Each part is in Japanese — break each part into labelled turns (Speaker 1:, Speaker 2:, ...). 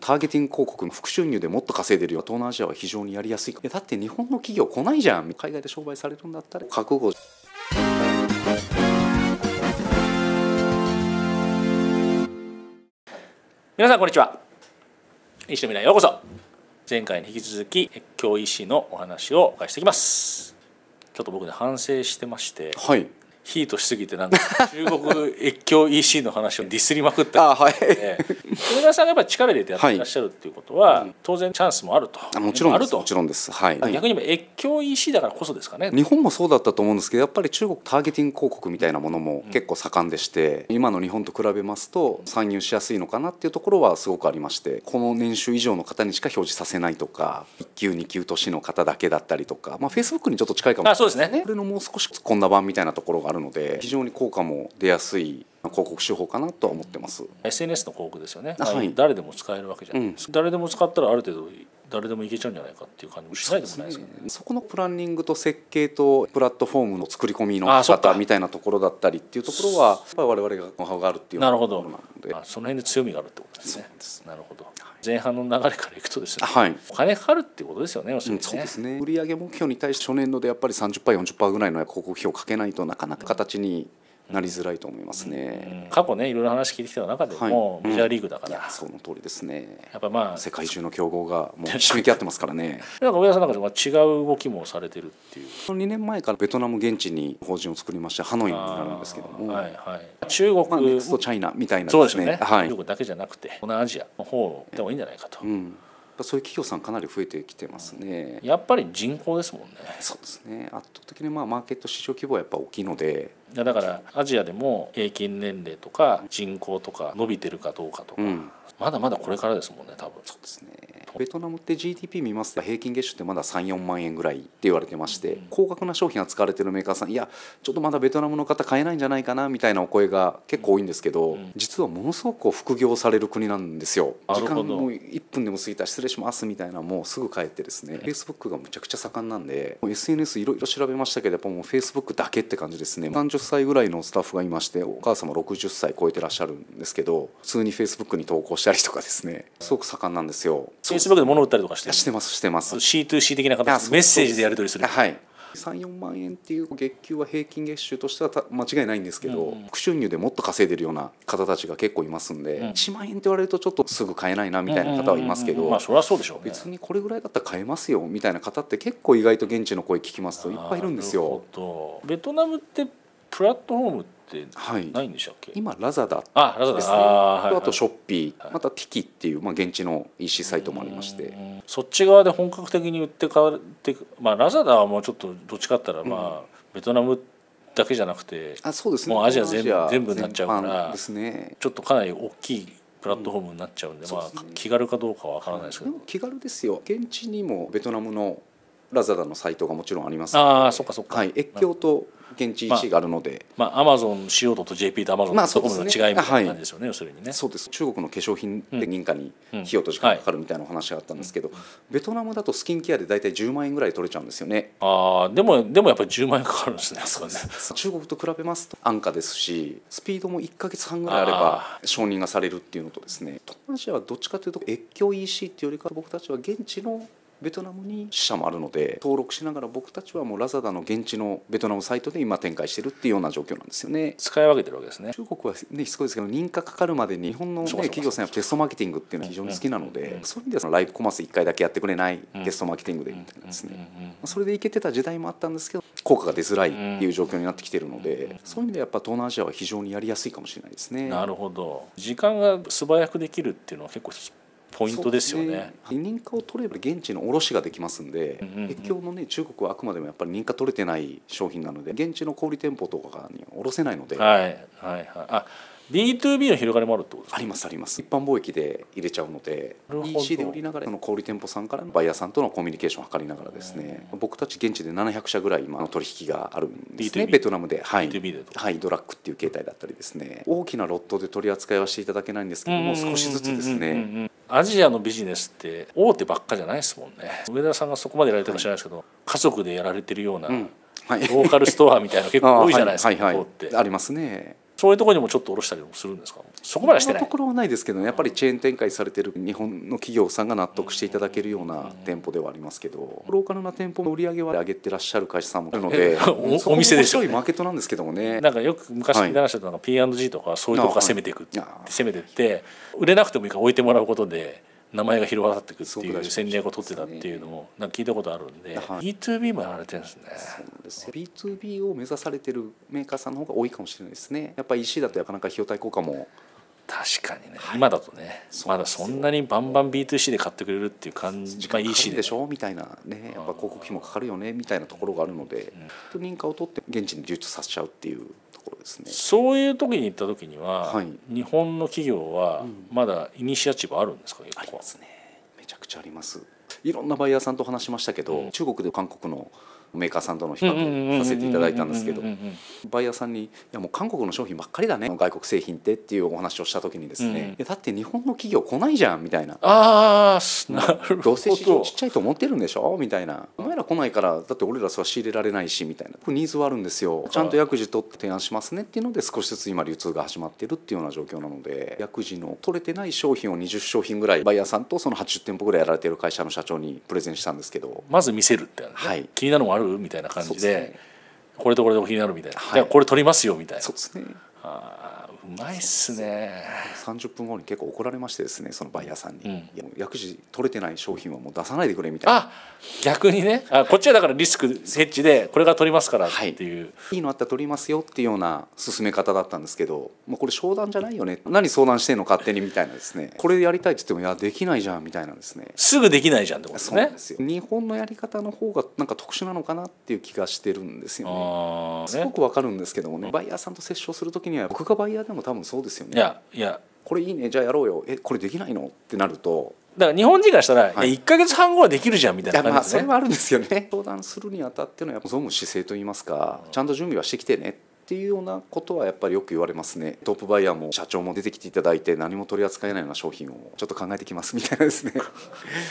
Speaker 1: ターゲティング広告の副収入でもっと稼いでるよ東南アジアは非常にやりやすいいやだって日本の企業来ないじゃん海外で商売されるんだったら覚悟
Speaker 2: 皆さんこんにちは医師の未来へようこそ前回に引き続き越境医師のお話をお伺いしていきますちょっと僕ね反省してまして
Speaker 1: はい
Speaker 2: ヒートしすぎてなんか中国越境 EC の話をディスりまくった
Speaker 1: あはい
Speaker 2: りして上村さんがやっぱり力入れてやっていらっしゃるっていうことは、当然チャンスもあると
Speaker 1: あもちろん
Speaker 2: あ
Speaker 1: で
Speaker 2: る
Speaker 1: すも
Speaker 2: と
Speaker 1: ちろんですはい、
Speaker 2: 逆に言えば越境 EC だからこそですかね
Speaker 1: 日本もそうだったと思うんですけどやっぱり中国ターゲティング広告みたいなものも結構盛んでして、今の日本と比べますと参入しやすいのかなっていうところはすごくありましてこの年収以上の方にしか表示させないとか1級2級年の方だけだったりとかまあフェイスブックにちょっと近いかも
Speaker 2: あそうですね
Speaker 1: これのもう少し突っ込んだ版みたいなところがあるので非常に効果も出やすい広告手法かなとは思ってます。
Speaker 2: SNS の広告ですよね、
Speaker 1: あはい
Speaker 2: 誰でも使えるわけじゃないですか、誰でも使ったらある程度誰でもいけちゃうんじゃないかっていう感じもしないでもないですけどね
Speaker 1: そこのプランニングと設計とプラットフォームの作り込みの
Speaker 2: あそっか
Speaker 1: 方みたいなところだったりっていうところはやっぱり我々がノウハウがあるっていう
Speaker 2: なる
Speaker 1: と
Speaker 2: ほ
Speaker 1: こ
Speaker 2: ど
Speaker 1: ろなので
Speaker 2: まあその辺で強みがあるってことですね
Speaker 1: そうです
Speaker 2: なるほど、前半の流れからいくとですね、
Speaker 1: はい、
Speaker 2: お金かかるってことですよね要す
Speaker 1: う
Speaker 2: る
Speaker 1: ん
Speaker 2: に
Speaker 1: そう
Speaker 2: ね
Speaker 1: ですね売上目標に対して初年度でやっぱり30%、40%ぐらいの広告費をかけないとなかなか形になりづらいと思いますね。
Speaker 2: うん過去ねいろいろ話聞いてきた中でも、
Speaker 1: はいうん
Speaker 2: メジャーリーグだか
Speaker 1: い
Speaker 2: ら、
Speaker 1: やその通りですね
Speaker 2: やっぱまあ
Speaker 1: 世界中の競合がもうひしめき合ってますからね。
Speaker 2: なんか上田さんなんかまあ違う動きもされてるっていう
Speaker 1: 2年前からベトナム現地に法人を作りましてハノイになるんですけども、
Speaker 2: あーはいはい、中国、
Speaker 1: まあ、ネクストチャイナみたいな
Speaker 2: そうですよね、
Speaker 1: はい
Speaker 2: 中国だけじゃなくて東南アジアの方でもいいんじゃないかと、
Speaker 1: うん、やっぱそういう企業さんかなり増えてきてますね。
Speaker 2: やっぱり人口ですもんね
Speaker 1: そうですね圧倒的にまあマーケット市場規模はやっぱ大きいので、
Speaker 2: いやだからアジアでも平均年齢とか人口とか伸びてるかどうかとか、
Speaker 1: うん
Speaker 2: まだまだこれからですもんね多分
Speaker 1: そうですねベトナムって GDP 見ますと平均月収ってまだ34万円ぐらいって言われてまして、高額な商品扱われてるメーカーさんいやちょっとまだベトナムの方買えないんじゃないかなみたいなお声が結構多いんですけど、
Speaker 2: ん
Speaker 1: 実はものすごく副業される国なんですよ
Speaker 2: なる
Speaker 1: 時
Speaker 2: ほど
Speaker 1: 間も1分でも過ぎたら失礼しますみたいなもうすぐ帰ってですね Facebook がむちゃくちゃ盛んなんでもう SNS いろいろ調べましたけどやっぱもう Facebook だけって感じですね30歳ぐらいのスタッフがいましてお母様60歳超えてらっしゃるんですけど普通に Facebook に投稿したりとかですねすごく盛んなんですよ
Speaker 2: フェイスブックで物売ったりとかして
Speaker 1: いやしてますしてます
Speaker 2: C2C 的な
Speaker 1: あ
Speaker 2: 形
Speaker 1: そう
Speaker 2: でメッセージでやり取りする
Speaker 1: あはい34万円っていう月給は平均月収としてはた間違いないんですけど、
Speaker 2: うん
Speaker 1: 副収入でもっと稼いでるような方たちが結構いますんで、
Speaker 2: うん
Speaker 1: 1万円って言われるとちょっとすぐ買えないなみたいな方はいますけ
Speaker 2: うんうんうん
Speaker 1: ど
Speaker 2: うんまあそりゃそうでしょうね
Speaker 1: 別にこれぐらいだったら買えますよみたいな方って結構意外と現地の声聞きますといっぱいいるんです
Speaker 2: な
Speaker 1: よ。
Speaker 2: るほどベトナムってプラットフォームって
Speaker 1: はい
Speaker 2: ないんでしたっけ、
Speaker 1: 今ラザダ
Speaker 2: あラザダ
Speaker 1: ですね
Speaker 2: あーはいはい
Speaker 1: あとショッピー、
Speaker 2: はい
Speaker 1: またティキっていう、まあ、現地の EC サイトもありまして、
Speaker 2: うんそっち側で本格的に売って変わってまあラザダはもうちょっとどっちかって言ったらまあ、ベトナムだけじゃなくて
Speaker 1: あそうですね
Speaker 2: もうアジア
Speaker 1: 東
Speaker 2: 全部
Speaker 1: 南アジア
Speaker 2: 全部になっちゃうから
Speaker 1: 全般ですね
Speaker 2: ちょっとかなり大きいプラットフォームになっちゃう
Speaker 1: う
Speaker 2: んで、
Speaker 1: ん
Speaker 2: ま
Speaker 1: そう
Speaker 2: あ
Speaker 1: ですね
Speaker 2: 気軽かどうかはわからないですけ
Speaker 1: で
Speaker 2: ど、
Speaker 1: も気軽ですよ現地にもベトナムのラザダのサイトがもちろんあります
Speaker 2: ああそっかそっか、
Speaker 1: はい、越境と現地 EC があるので、
Speaker 2: まあアマゾンしようとと JP とアマゾン
Speaker 1: まあ
Speaker 2: と
Speaker 1: そう
Speaker 2: コ
Speaker 1: で
Speaker 2: ム
Speaker 1: す
Speaker 2: の
Speaker 1: ね
Speaker 2: 違いみたいな感じですよね、要するにね
Speaker 1: そうです中国の化粧品って認可に
Speaker 2: うん
Speaker 1: 費用と時間がかかるみたいなお話があったんですけど、ベトナムだとスキンケアで大体10万円ぐらい取れちゃうんですよね。
Speaker 2: ああでもでもやっぱり10万円かかるんですねそうね
Speaker 1: 中国と比べますと安価ですしスピードも1か月半ぐらいあれば
Speaker 2: あ
Speaker 1: 承認がされるっていうのとですね東南アジアはどっちかというと越境 EC っていうよりか僕たちは現地のベトナムに支社もあるので登録しながら僕たちはもうラザダの現地のベトナムサイトで今展開してるっていうような状況なんですよね。
Speaker 2: 使い分けてるわけですね
Speaker 1: 中国はねしつこいですけど認可かかるまでに日本の、ね、
Speaker 2: そうかそうか
Speaker 1: 企業さんはテストマーケティングっていうのは非常に好きなので、
Speaker 2: うんうん
Speaker 1: そういう意味ではそのライブコマース1回だけやってくれない
Speaker 2: うん
Speaker 1: テストマーケティングでみたいなですね、ま
Speaker 2: うんうんうん
Speaker 1: あそれでいけてた時代もあったんですけど効果が出づらいっていう状況になってきてるので、そういう意味ではやっぱ東南アジアは非常にやりやすいかもしれないですね。
Speaker 2: なるほど時間が素早くできるっていうのは結構ポイントですよね
Speaker 1: そうですね認可を取れば現地の卸ができますんで、
Speaker 2: うんうんうん
Speaker 1: 越境のね中国はあくまでもやっぱり認可取れてない商品なので現地の小売店舗とかに卸せないので、
Speaker 2: はいはいはいあ B2B の広がりもあるってことです
Speaker 1: あ
Speaker 2: か
Speaker 1: りますあります一般貿易で入れちゃうので
Speaker 2: なるほど
Speaker 1: EC で売りながらその小売店舗さんからのバイヤーさんとのコミュニケーションを図りながらですね僕たち現地で700社ぐらい今の取引があるんですね
Speaker 2: B2B
Speaker 1: ベトナムではい
Speaker 2: B2B でと
Speaker 1: はいドラッグっていう形態だったりですね大きなロットで取り扱いはしていただけないんですけどもう少しずつです
Speaker 2: うんうんう
Speaker 1: ね
Speaker 2: んうんアジアのビジネスって大手ばっかじゃないですもんね上田さんがそこまでやられてるか知らないですけど、家族でやられてるような、
Speaker 1: うんはい
Speaker 2: ローカルストアみたいなの結構多いじゃないですか、
Speaker 1: あーはい
Speaker 2: 向
Speaker 1: は
Speaker 2: こ
Speaker 1: いう
Speaker 2: って
Speaker 1: はいありますね
Speaker 2: そういうところにもちょっと下ろしたりもするんですかそこまではし
Speaker 1: そ
Speaker 2: て
Speaker 1: ん
Speaker 2: な
Speaker 1: ないところはないですけどやっぱりチェーン展開されてる日本の企業さんが納得していただけるような店舗ではありますけどローカルな店舗の売り上げは上げてらっしゃる会社さんもあるので
Speaker 2: お
Speaker 1: そこも
Speaker 2: お店でしょう
Speaker 1: 面白
Speaker 2: ね
Speaker 1: いマーケットなんですけどもね
Speaker 2: なんかよく昔
Speaker 1: はい
Speaker 2: 聞いた話だとなんか P&G とかそういうとこが攻めていくって
Speaker 1: あはいあー
Speaker 2: 攻めてって売れなくてもいいから置いてもらうことで名前が広がっていくっ
Speaker 1: す
Speaker 2: て
Speaker 1: ごく大事
Speaker 2: いう
Speaker 1: な
Speaker 2: 戦略を取ってたっていうのもなんか聞いたことあるんで
Speaker 1: はい
Speaker 2: E2B もやられてるんですね
Speaker 1: そうなんですよ B2B を目指されてるメーカーさんの方が多いかもしれないですねやっぱ EC だとなかなか費用対効果も
Speaker 2: 確かにね今だとね
Speaker 1: そう
Speaker 2: ま
Speaker 1: なん
Speaker 2: だ
Speaker 1: です
Speaker 2: そ
Speaker 1: よ
Speaker 2: んなにバンバン B2C で買ってくれるっていう感じ
Speaker 1: 時
Speaker 2: まあ
Speaker 1: 間かか
Speaker 2: EC
Speaker 1: るでしょみたいなねやっぱ広告費もかかるよねみたいなところがあるので認可を取って現地に流通させちゃうっていうところですね
Speaker 2: そういう時に行った時には、
Speaker 1: はい
Speaker 2: 日本の企業は
Speaker 1: うん
Speaker 2: まだイニシアチブあるんですか、結
Speaker 1: あ
Speaker 2: 構
Speaker 1: りますねめちゃくちゃありますいろんなバイヤーさんと話しましたけど、
Speaker 2: うん
Speaker 1: 中国で韓国のメーカーさんとの比
Speaker 2: うんうんう
Speaker 1: 較
Speaker 2: んうん
Speaker 1: させていただいたんですけど
Speaker 2: うんうんうん
Speaker 1: バイヤーさんに「いやもう韓国の商品ばっかりだね外国製品って」っていうお話をした時にですね
Speaker 2: うん
Speaker 1: いや「だって日本の企業来ないじゃん」みたいな
Speaker 2: ああなるほど
Speaker 1: どうせ市場ちっちゃいと思ってるんでしょみたいなお前ら来ないからだって俺らそれは仕入れられないしみたいなこれニーズはあるんですよちゃんと薬事取って提案しますねっていうので少しずつ今流通が始まってるっていうような状況なので薬事の取れてない商品を20商品ぐらいバイヤーさんとその80店舗ぐらいやられてる会社の社長にプレゼンしたんですけど
Speaker 2: まず見せるって、ね
Speaker 1: はい
Speaker 2: 気になるもんあるみたいな感
Speaker 1: そう
Speaker 2: じ
Speaker 1: で
Speaker 2: です
Speaker 1: ね
Speaker 2: これとこれとこれ気になるみたいな、
Speaker 1: はい
Speaker 2: じゃあこれ取りますよみたいな
Speaker 1: そうですね
Speaker 2: あーうまいっすね
Speaker 1: 30分後に結構怒られましてですねそのバイヤーさんに
Speaker 2: うん
Speaker 1: いやもう薬事取れてない商品はもう出さないでくれみたいな
Speaker 2: あ逆にねあこっちはだからリスクヘッジでこれが取りますからっていう、
Speaker 1: いいのあったら取りますよっていうような進め方だったんですけど、まあ、これ商談じゃないよね何相談してんの勝手にみたいなですねこれやりたいって言ってもいやできないじゃんみたいなんですね
Speaker 2: すぐできないじゃんってことです
Speaker 1: そうな
Speaker 2: ね
Speaker 1: んですよ日本のやり方の方がなんか特殊なのかなっていう気がしてるんですよね
Speaker 2: あー
Speaker 1: す
Speaker 2: ね
Speaker 1: ごくわかるんですけどもねバイヤーさんと接触する時には僕がバイヤーでも多分そうですよ
Speaker 2: い
Speaker 1: ね
Speaker 2: やいや
Speaker 1: これいいねじゃあやろうよえこれできないのってなると
Speaker 2: だから日本人からしたら、
Speaker 1: はい
Speaker 2: 1か月半後はできるじゃんみたい
Speaker 1: いや
Speaker 2: な
Speaker 1: まあ
Speaker 2: 感じ
Speaker 1: そ
Speaker 2: で、
Speaker 1: れ
Speaker 2: ね
Speaker 1: はあるんですよね相談するにあたってのやっぱ臨む姿勢といいますかちゃんと準備はしてきてねっていうようなことはやっぱりよく言われますねトップバイヤーも社長も出てきていただいて何も取り扱えないような商品をちょっと考えてきますみたいなですね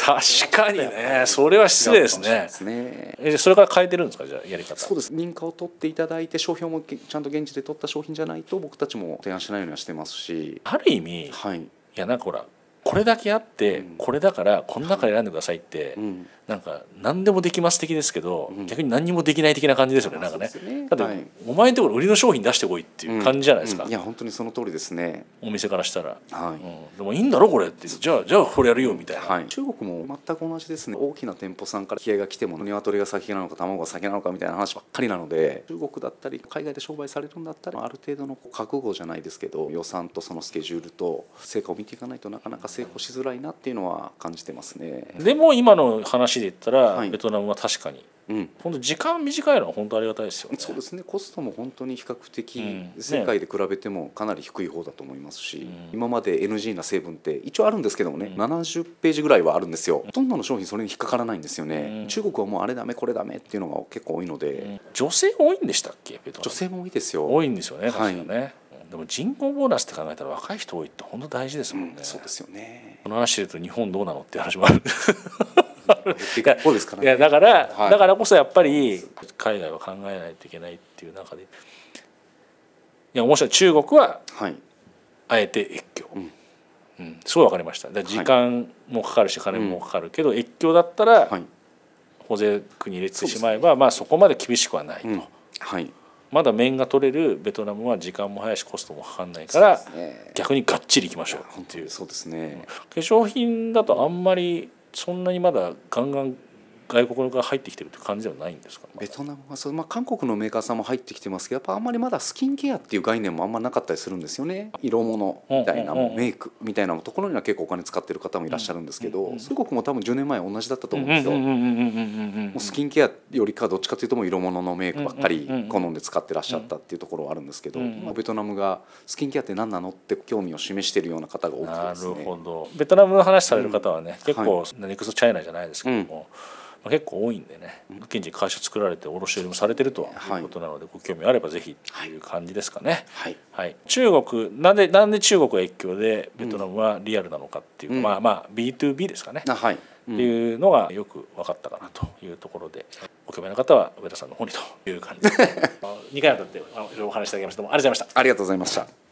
Speaker 2: 確かにねそれは失礼です
Speaker 1: 違うか
Speaker 2: ね
Speaker 1: もしれないですね
Speaker 2: えそれから変えてるんですかじゃあやり方
Speaker 1: そうです認可を取っていただいて商標もけちゃんと現地で取った商品じゃないと僕たちも提案しないようにはしてますし
Speaker 2: ある意味い
Speaker 1: はい、
Speaker 2: やなんかほらこれだけあって、
Speaker 1: うん
Speaker 2: これだからこの中で選んでくださいって、
Speaker 1: うん、
Speaker 2: なんか何でもできます的ですけど、
Speaker 1: うん
Speaker 2: 逆に何にもできない的な感じですよねなんかね
Speaker 1: そうですね
Speaker 2: だって、
Speaker 1: はい
Speaker 2: お前のところ売りの商品出してこいっていう感じじゃないですか、
Speaker 1: うんいや本当にその通りですね
Speaker 2: お店からしたら、
Speaker 1: はい、
Speaker 2: うん、でもいいんだろこれってじゃあじゃあこれやるよみたいな、
Speaker 1: はい、中国も全く同じですね大きな店舗さんから気合が来ても鶏が先なのか卵が先なのかみたいな話ばっかりなので中国だったり海外で商売されるんだったらある程度のこう覚悟じゃないですけど予算とそのスケジュールと成果を見ていかないとなかなか成功しづらいなっていうのは感じてますね。
Speaker 2: でも今の話で言ったら、
Speaker 1: はい
Speaker 2: ベトナムは確かに
Speaker 1: うん
Speaker 2: 本当時間短いのは本当ありがたいですよね
Speaker 1: そうですねコストも本当に比較的、
Speaker 2: うんね
Speaker 1: 世界で比べてもかなり低い方だと思いますし、
Speaker 2: うん
Speaker 1: 今まで NG な成分って一応あるんですけどもね、
Speaker 2: うん
Speaker 1: 70ページぐらいはあるんですよほとんどの商品それに引っかからないんですよね、
Speaker 2: うん
Speaker 1: 中国はもうあれダメこれダメっていうのが結構多いので、
Speaker 2: うん女性多いんでしたっけベトナム
Speaker 1: 女性も多いですよ、
Speaker 2: 多いんですよね
Speaker 1: はい
Speaker 2: 確かにね、うんでも人口ボーナスって考えたら若い人多いって本当大事です
Speaker 1: う
Speaker 2: もんね、
Speaker 1: ん、そうですよね
Speaker 2: この話してると日本どうなのって話もある
Speaker 1: でかいところですから
Speaker 2: い
Speaker 1: ね
Speaker 2: やだから、
Speaker 1: はい
Speaker 2: だからこそやっぱり海外は考えないといけないっていう中でいや面白い中国は
Speaker 1: はい
Speaker 2: あえて越境、
Speaker 1: うん
Speaker 2: うんすごい分かりましただから時間もかかるし金もかかるけど、越境だったら
Speaker 1: はい、
Speaker 2: 保税国に入れてしまえば、まあ、そこまで厳しくはないと、
Speaker 1: うん、はい
Speaker 2: まだ面が取れるベトナムは時間も早いしコストもかかんないから、
Speaker 1: そうですね
Speaker 2: 逆にがっちりいきましょう
Speaker 1: 本
Speaker 2: って
Speaker 1: 当
Speaker 2: いう
Speaker 1: にそうですね、
Speaker 2: 化粧品だとあんまりそんなにまだガンガン外国が入ってきてるって感じではないんですか、
Speaker 1: ベトナムはそう、まあ、韓国のメーカーさんも入ってきてますけどやっぱあんまりまだスキンケアっていう概念もあんまなかったりするんですよね色物みたいな、
Speaker 2: うんうんうん
Speaker 1: メイクみたいなところには結構お金使ってる方もいらっしゃるんですけど、
Speaker 2: うんうんうん
Speaker 1: 中国も多分10年前同じだったと
Speaker 2: うん
Speaker 1: 思
Speaker 2: う
Speaker 1: うんんで
Speaker 2: うん
Speaker 1: すよ。
Speaker 2: うん
Speaker 1: も
Speaker 2: うんうんうん
Speaker 1: うスキンケアよりかどっちかというともう色物のメイクばっかり
Speaker 2: うんうんうん
Speaker 1: 好んで使ってらっしゃったっていうところはあるんですけど、
Speaker 2: うんうん
Speaker 1: まあベトナムがスキンケアって何なのって興味を示しているような方が多くて
Speaker 2: な
Speaker 1: で
Speaker 2: る
Speaker 1: すね。
Speaker 2: ほどベトナムの話される方はね、結構、ネクストチャイナじゃないですけども、まあ結構多いんでね現地に会社作られて卸売りもされてると
Speaker 1: はい
Speaker 2: いうことなので、ご興味あればぜひっていう感じですかね。
Speaker 1: はい
Speaker 2: はい、中国なんでなんで中国は越境でベトナムはリアルなのかっていう、
Speaker 1: うん
Speaker 2: まあまあ B2B ですかね、
Speaker 1: あはい、う
Speaker 2: っ
Speaker 1: ん
Speaker 2: ていうのがよく分かったかなというところでお興味のある方は上田さんの方にという感じで2回にわたってあのいろいろお話しいただきましてどうもありがとうございました。
Speaker 1: ありがとうございました